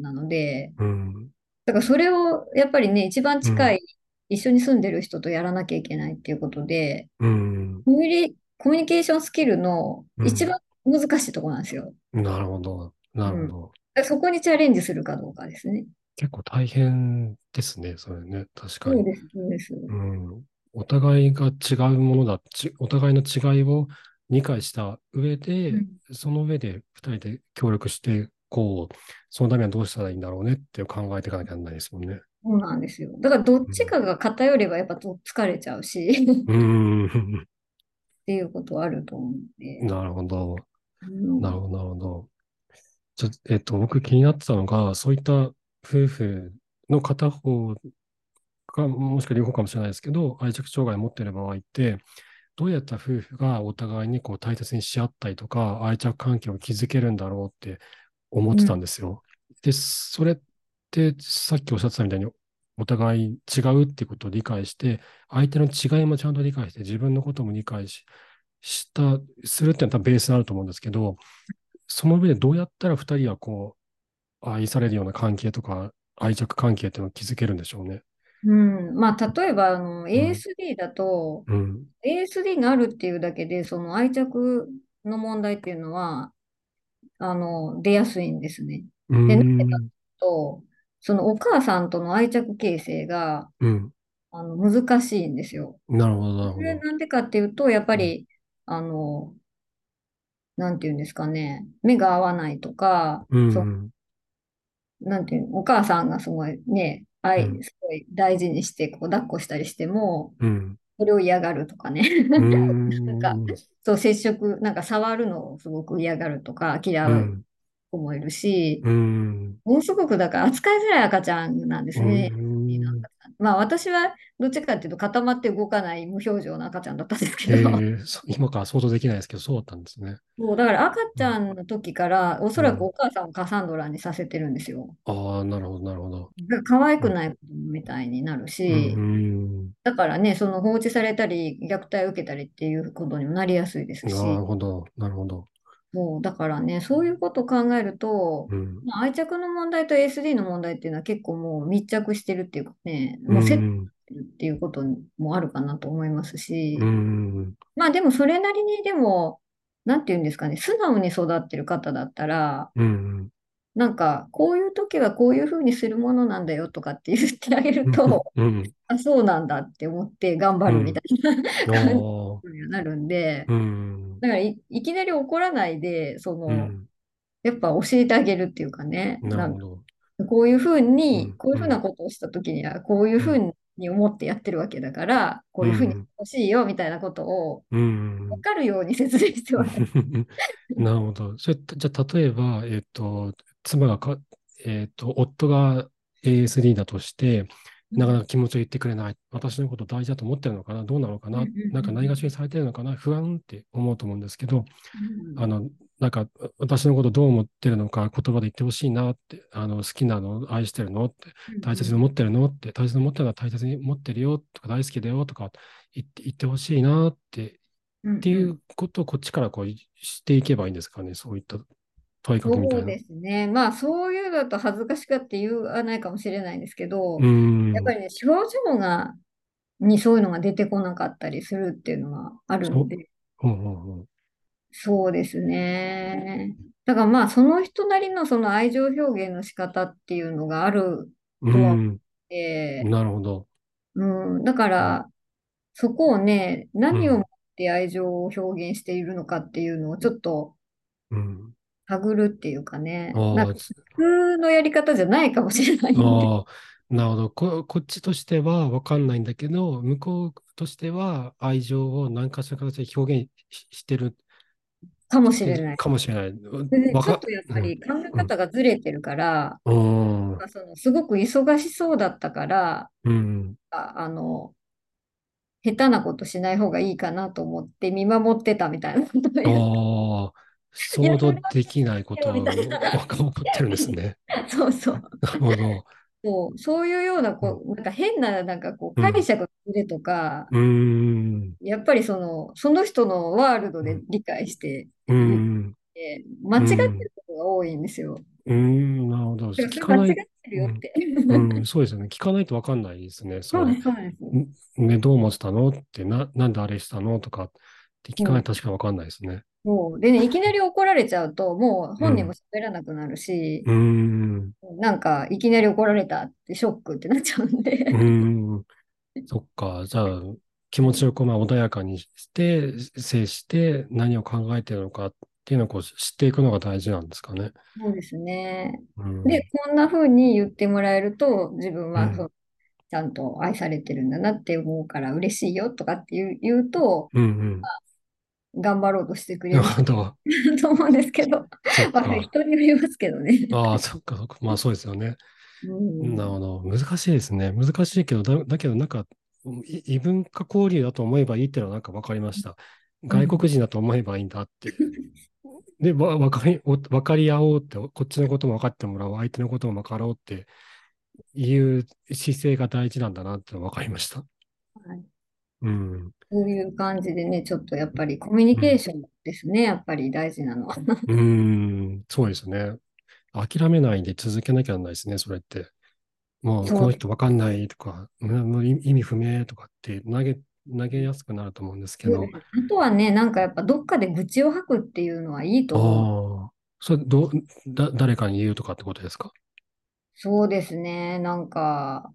S2: なので、
S1: うん。うん。
S2: だからそれをやっぱりね、一番近い、一緒に住んでる人とやらなきゃいけないっていうことで、
S1: うん。
S2: コミュニコミュニケーションスキルの
S1: うん
S2: 一番難しいところなんですよ。
S1: なるほど。なるほど。
S2: だからそこにチャレンジするかどうかですね。
S1: 結構大変ですね、それね。確か
S2: そ
S1: に
S2: う。です、そうです。
S1: うん、お互いが違うものだ、ち、お互いの違いを理解した上で、
S2: うん
S1: その上で2人で協力して、こう、そのためにはどうしたらいいんだろうねって考えていかなきゃならないですもんね。
S2: そうなんですよ。だからどっちかが偏ればやっぱと疲れちゃうし、 っ
S1: うーん、
S2: ていうことはあると思うんで。
S1: なるほど。
S2: うん
S1: なるほど、なるほど。ちょ、えっと、僕気になってたのが、そういった夫婦の片方か、もしくは両方かもしれないですけど、愛着障害を持っている場合って、どうやったら夫婦がお互いにこう大切にし合ったりとか、愛着関係を築けるんだろうって思ってたんですよ。で、それってさっきおっしゃってたみたいに、お互い違うってことを理解して、相手の違いもちゃんと理解して、自分のことも理解し、した、するっていうのは多分ベースになると思うんですけど、その上でどうやったら二人はこう、愛されるような関係とか、愛着関係っていうのを築けるんでしょうね。
S2: うん、まあ例えばあの ASD だと、
S1: うん。
S2: ASD があるっていうだけでその愛着の問題っていうのはあの出やすいんですね。
S1: うーん
S2: でなんでかとそのお母さんとの愛着形成が
S1: うん。
S2: あの難しいんですよ。
S1: なるほど、なる
S2: そ
S1: ほ
S2: れ
S1: ど。
S2: なんでかっていうと、やっぱり、あの、なんていうんですかね、目が合わないとか、
S1: うんう。
S2: そうんなんていうのお母さんがすごいね、愛
S1: うん、
S2: すごい大事にして、こう、抱っこしたりしても、
S1: うん。
S2: それを嫌がるとかね、
S1: う
S2: なんん そう、接触、なんか触るのをすごく嫌がるとか、嫌
S1: う。
S2: うん子もいるし、
S1: うん。
S2: ものすごくだから扱いづらい赤ちゃんなんですね。
S1: うん
S2: まあ私はどっちかっていうと固まって動かない無表情の赤ちゃんだったんです
S1: え
S2: けど、
S1: ー、そ 今から想像できないですけど、そうだったんですね。
S2: もうだから赤ちゃんの時から、おそらくお母さんをカサンドラにさせてるんですよ。
S1: ああ、なるほど、なるほど。
S2: だから可愛くない子供みたいになる
S1: う
S2: し、
S1: ん。
S2: だからね、その放置されたり、虐待を受けたりっていうことにもなりやすいです
S1: な
S2: し、
S1: るほど、なるほど。
S2: もうだからね、そういうことを考えると、
S1: うん。
S2: まあ愛着の問題と ASD の問題っていうのは結構もう密着してるっていうかね、
S1: う
S2: もうセット
S1: ん。
S2: してるっていうこともあるかなと思いますし、
S1: うん。
S2: まあでもそれなりにでも、なんていうんですかね、素直に育ってる方だったら、
S1: うん。
S2: なんか、こういう時はこういうふうにするものなんだよとかって言ってあげると、
S1: うん。
S2: あ、そうなんだって思って頑張るみたい
S1: あ
S2: な感
S1: あ。
S2: じになるんで、
S1: うん。
S2: だからい、いきなり怒らないで、そうの、
S1: ん。
S2: やっぱ教えてあげるっていうかね、
S1: な
S2: な
S1: る
S2: ん
S1: ほ
S2: か
S1: ど。
S2: こういうふう
S1: う
S2: に
S1: ん、
S2: こういうふうなことをした時には、こういうふうに思ってやってるわけだから、こういうふうにしてほしいよみたいなことを
S1: うん。
S2: 分かるように説明しては
S1: なるほど。それ、じゃあ、例えば、えっと、妻がか、えっと、夫が ASD だとして、なかなか気持ちを言ってくれない。私のこと大事だと思ってるのかなどうなのか
S2: う
S1: なん
S2: うんうん
S1: なんかないがしろにされてるのかな不安って思うと思うんですけど、
S2: うん
S1: あの、なんか、私のことどう思ってるのか言葉で言ってほしいなって、あの、好きなの愛してるのって、大切に思ってるのって、大切に思ってるのは大切に思ってるよとか、大好きだよとか言って言ってほしいなって
S2: うん
S1: っていうことをこっちからこういしていけばいいんですかね、そういった問いかけみた
S2: そ
S1: いうな。
S2: ですね。まあそういうのだと恥ずかしかって言わないかもしれないんですけど、
S1: うーん
S2: やっぱりね、症状が、にそういうのが出てこなかったりするっていうのはあるんで、
S1: うんうんうん
S2: そうですね。だからまあその人なりのその愛情表現の仕方っていうのがある
S1: うん
S2: で、
S1: なるほど。
S2: うん、だからそこをね、何
S1: う
S2: を
S1: ん
S2: もって愛情を表現しているのかっていうのをちょっと
S1: うん、
S2: 探るっていうかね、なん
S1: あ
S2: か
S1: あ、つ
S2: 普通のやり方じゃないかもしれないんで。
S1: ああ、なるほどこ。こっちとしては分かんないんだけど、向こうとしては愛情を何かしらの形で表現ししてる
S2: かもし
S1: して
S2: れ
S1: る
S2: ない。
S1: かもしれない。
S2: でね
S1: わ
S2: ちょっ
S1: か
S2: とやっ
S1: う
S2: ぱ
S1: ん
S2: り考え方がずれてるから、
S1: うん
S2: まあそのすごく忙しそうだったから、
S1: うん
S2: ああの、下手なことしない方がいいかなと思って見守ってたみたいなことを言って
S1: ああ、想像できないことは
S2: みたいな
S1: わか起こってるんです ね。
S2: そうそう。
S1: なるほど。
S2: そう、そういうような、こう、なんか変な、なんかこう、解釈のずれとか、
S1: うーん。
S2: やっぱりその、その人のワールドで理解して
S1: うーん。
S2: て、間違ってることが多いんですよ。
S1: うーん。なるほど。
S2: だからそ
S1: 聞
S2: れ
S1: か
S2: 間
S1: な
S2: 違っ
S1: い。
S2: てるよって。
S1: うん。そうですよね。聞かないとわかんないですね。そ
S2: そう
S1: の
S2: です、そうです。
S1: ね、どう思ってたのって、な、なんであれしたのとかって聞かないと確かにわかんないですね。
S2: そう。でね、いきなり怒られちゃうと、もう
S1: う
S2: 本
S1: ん
S2: 人も喋らなくなるし
S1: う、ーん。
S2: なんか、いきなり怒られたってショックってなっちゃうん
S1: う
S2: で、
S1: ー ん。そっか。じゃあ、気持ちをこう、まあ、穏やかにして、接して、何を考えてるのかっていうのをこう、知っていくのが大事なんですかね。
S2: そうですね。
S1: うん。
S2: で、こんな風に言ってもらえると、自分
S1: うん
S2: はそうちゃんと愛されてるんだなって思うから嬉しいよとかって言う、言うと、
S1: うんうん。
S2: 頑張ろうとしてくれ
S1: なる
S2: る
S1: ほど。
S2: 人と思うんです けど、
S1: そっ
S2: まあ、
S1: か。
S2: 人によりますけどね。
S1: ああ、そっか、そっか。まあ、そうですよね。
S2: うん、
S1: なるほど。難しいですね。難しいけど、だ、だけどなんか、い異文化交流だと思えばいいっていうのはなんか分かりました。外国人だと思えばいいんだって。 で、わ、分かり、お分かり合おうって、こっちのことも分かってもらおう、相手のことも分かろうっていう姿勢が大事なんだなって分かりました。
S2: はい
S1: うん。
S2: こういう感じでね、ちょっとやっぱりコミュニケーションですね、やっぱり大事なのは。
S1: うん、そうですね。諦めないで続けなきゃならないですね、それって。もう、
S2: そう
S1: この人わかんないとか、うんもう意意味不明とかって投げ、投げやすくなると思うんですけど。
S2: あとはね、なんかやっぱどっかで愚痴を吐くっていうのはいいと思う。
S1: ああ、それ、どう、だ、誰かに言うとかってことですか
S2: そうですね。なんか、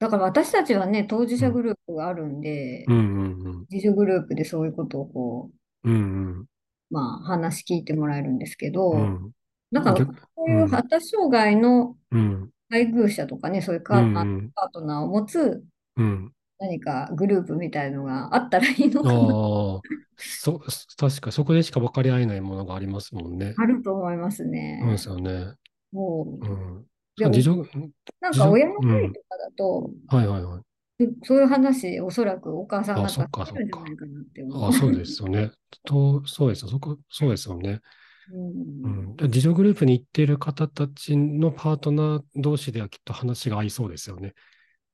S2: だから私たちはね、当事者グループがあるんで、
S1: うんうん
S2: 自助グループでそういうことをこ
S1: うん。うん
S2: う、まあ話聞いてもらえるんですけ
S1: う
S2: ど、
S1: ん。
S2: なんか
S1: 逆
S2: そういう発達障害の
S1: うん。
S2: 配偶者とかね、そういう
S1: う
S2: パ
S1: ん。
S2: ーパートナーを持つ
S1: うん。うん。
S2: 何かグループみたいのがあったらいいのかな。
S1: ああ。そ、確かそこでしか分かり合えないものがありますもんね。
S2: あると思います
S1: そうで
S2: ね。
S1: すよね。
S2: もう、
S1: うん。
S2: でお
S1: 自助、
S2: なん
S1: 自
S2: か
S1: 助
S2: 親の
S1: うん
S2: 会とかだと、
S1: はいはいはい。
S2: そういう話、おそらくお母さん
S1: あ、そ
S2: 方
S1: っか
S2: して
S1: そっ
S2: るんじゃ
S1: か。
S2: ないかなって思
S1: あ、そうですよ ね。と、そうですよ。そこ、そうですよね。
S2: う。
S1: う
S2: うん
S1: ん。自助グループに行っている方たちのパートナー同士ではきっと話が合いそうですよね。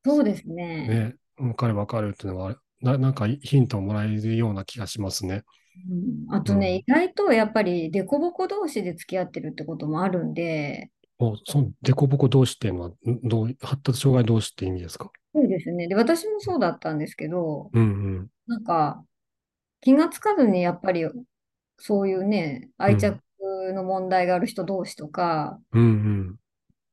S2: そうですね。
S1: ね。わかるわかるっていうのはあれ、な、なんかヒントをもらえるような気がしますね。
S2: うんあ
S1: う
S2: とね、
S1: ん。
S2: 意外とやっぱり凸凹同士で付き合ってるってこともあるんで、
S1: お、その、凸凹同士っていうのは、んどう、発達障害同士って意味ですか
S2: そうですね。で、私もそうだったんですけど、
S1: うんうん。
S2: なんか気がつかずにやっぱりそういうね、
S1: う
S2: 愛着
S1: ん。
S2: の問題がある人同士とか、
S1: うん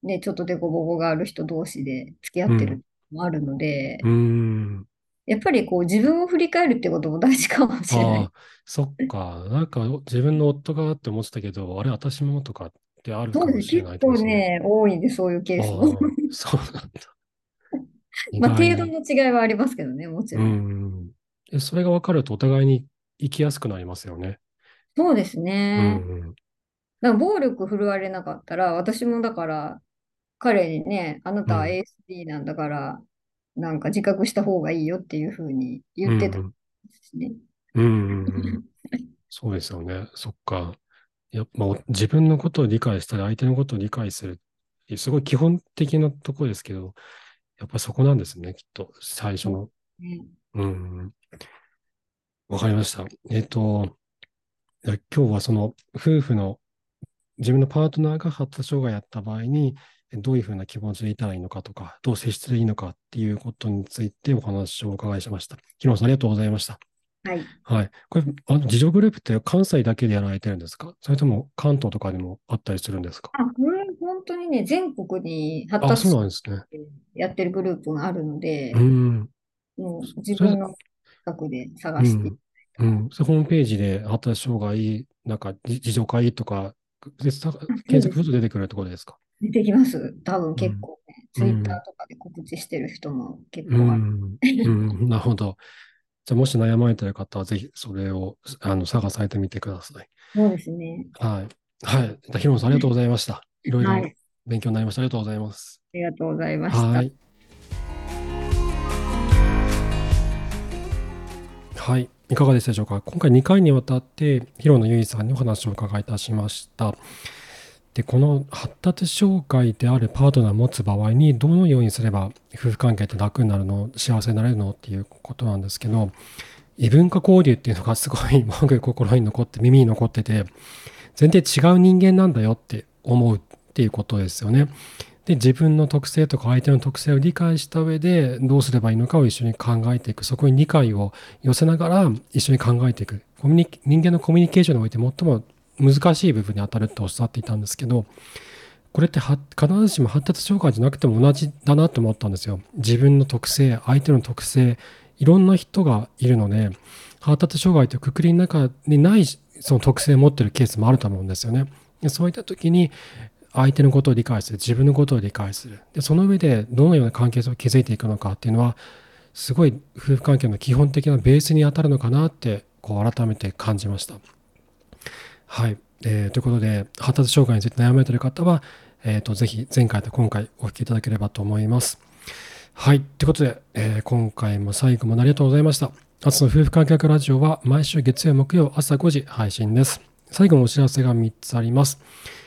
S2: ね、ちょっと凸凹がある人同士で付き合
S1: う
S2: って
S1: ん。
S2: るのもあるの
S1: う
S2: で、
S1: ん。うん。
S2: やっぱりこう自分を振り返るってことも大事かもしれな
S1: あ
S2: い。
S1: あ、そっか。なんかお自分の夫がって思ってたけど、あれ、私もとかってある
S2: そう
S1: か
S2: で
S1: も
S2: す。
S1: しれ
S2: 結
S1: ないで
S2: 構
S1: すね。
S2: ね、多いんで、そういうケースも。
S1: ああ、 そうなんだ。意
S2: まあ、
S1: 外
S2: 程度
S1: に。
S2: の違いはありますけどね、もち
S1: う
S2: ろん。
S1: ん。で、それが分かるとお互いに生きやすくなりますよね。
S2: そうです
S1: う
S2: ね。
S1: んうん。
S2: だから暴力振るわれなかったら、私もだから、彼にね、あな
S1: う
S2: たは
S1: ん
S2: ASD なんだから、なんか自覚した方がいいよっていうふうに
S1: う
S2: 言って
S1: ん
S2: た
S1: う
S2: し
S1: ん。
S2: ね。
S1: うんうんうん。そうですよね。そっか。やっぱ、お自分のことを理解したり、相手のことを理解するっていう。すごい基本的なところですけど、やっぱそこなんですね、きっと。最初
S2: そう
S1: の。
S2: ね。
S1: うんうん。わかりました。えっと、じゃあ今日はその夫婦の自分のパートナーが発達障害やった場合に、えどういうふうな気持ちでいたらいいのかとか、どう接していいのかっていうことについてお話をお伺いしました。ヒロさん、ありがとうございました。
S2: はい。
S1: はい。これ、あの、自助グループって関西だけでやられてるんですかそれとも関東とかでもあったりするんですか
S2: あ、これ本当にね、全国に発
S1: あ、
S2: 達
S1: そう
S2: 障
S1: なんですね。
S2: 害やってるグループがあるの
S1: う
S2: で、
S1: ん。
S2: もう自
S1: それ、
S2: 分の近くで
S1: う
S2: 探してい
S1: ん。
S2: た
S1: う
S2: だい
S1: ん。それホームページで発達障害、なんか、じ自助会とか、で、さ
S2: た。あ、そ
S1: 検
S2: うで
S1: 索す
S2: す
S1: ると出てくるってことですか
S2: 出てきます。多分
S1: う
S2: 結
S1: ん。
S2: 構ね、
S1: う
S2: ツイッター
S1: ん。
S2: とかで告知してる人も結
S1: う
S2: 構ある。
S1: ん。うん。 なるほど。じゃあ、もし悩まれてる方は、ぜひそれをあの探されてみてください。
S2: そうですね。
S1: はい。はい。じゃあヒロンさん、ありがとうございました。いろい
S2: は
S1: ろ
S2: い。
S1: 勉強になりました。ありがとうございます。
S2: ありがとうございまし
S1: は
S2: た。
S1: い。はい。いかがでしたでしょうか。今回2回にわたって、ヒロンのゆいさんにお話をお伺いいたしました。で、この発達障害であるパートナーを持つ場合に、どのようにすれば夫婦関係って楽になるの、幸せになれるのっていうことなんですけど、異文化交流っていうのがすごい僕心に残って耳に残ってて全然違う人間なんだよって思うっていうことですよね。で自分の特性とか相手の特性を理解した上でどうすればいいのかを一緒に考えていくそこに理解を寄せながら一緒に考えていくコミュニ人間のコミュニケーションにおいて最も難しい部分に当たるっておっしゃっていたんですけどこれっては必ずしも発達障害じゃなくても同じだなと思ったんですよ。自分の特性、相手の特性、いろんな人がいるので、発達障害というくくりの中にないその特性を持ってるケースもあると思うんですよね。でそういった時に相手のことを理解する、自分のことを理解する。で、その上でどのような関係性を築いていくのかっていうのは、すごい夫婦関係の基本的なベースに当たるのかなって、こう改めて感じました。はい、えーということで発達障害について悩まれている方は、えーとぜひ前回と今回お聞きいただければと思います。はい。ということで、えー今回も最後までありがとうございました。あつの夫婦観客ラジオは毎週月曜、木曜朝5時配信です。最後のお知らせが3つあります。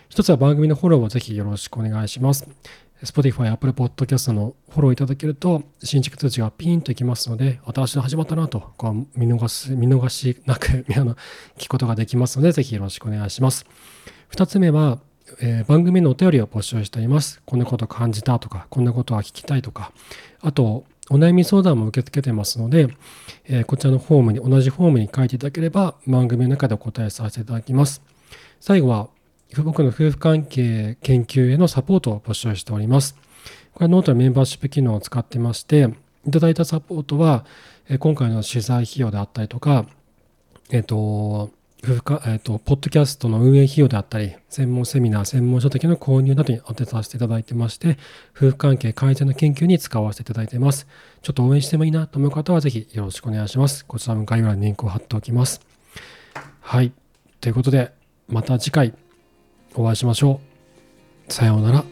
S1: 一つは番組のフォローをぜひよろしくお願いします。Spotify、Apple Podcast のフォローいただけると、新築通知がピンといきますので、新しいの始まったなと、こう見逃す、見逃しなく、 あの、聞くことができますので、ぜひよろしくお願いします。二つ目は、えー番組のお便りを募集しています。こんなこと感じたとか、こんなことは聞きたいとか、あと、お悩み相談も受け付けてますので、えーこちらのフォームに、同じフォームに書いていただければ、番組の中でお答えさせていただきます。最後は、僕の夫婦関係研究へのサポートを募集しております。これはノートのメンバーシップ機能を使ってまして、いただいたサポートは、えー今回の取材費用であったりとか、えっ、と、夫婦か、えっ、と、ポッドキャストの運営費用であったり、専門セミナー、専門書籍の購入などに当てさせていただいてまして、夫婦関係改善の研究に使わせていただいてます。ちょっと応援してもいいなと思う方は、ぜひよろしくお願いします。こちらも概要欄にリンクを貼っておきます。はい。ということで、また次回お会いしましょう。さようなら。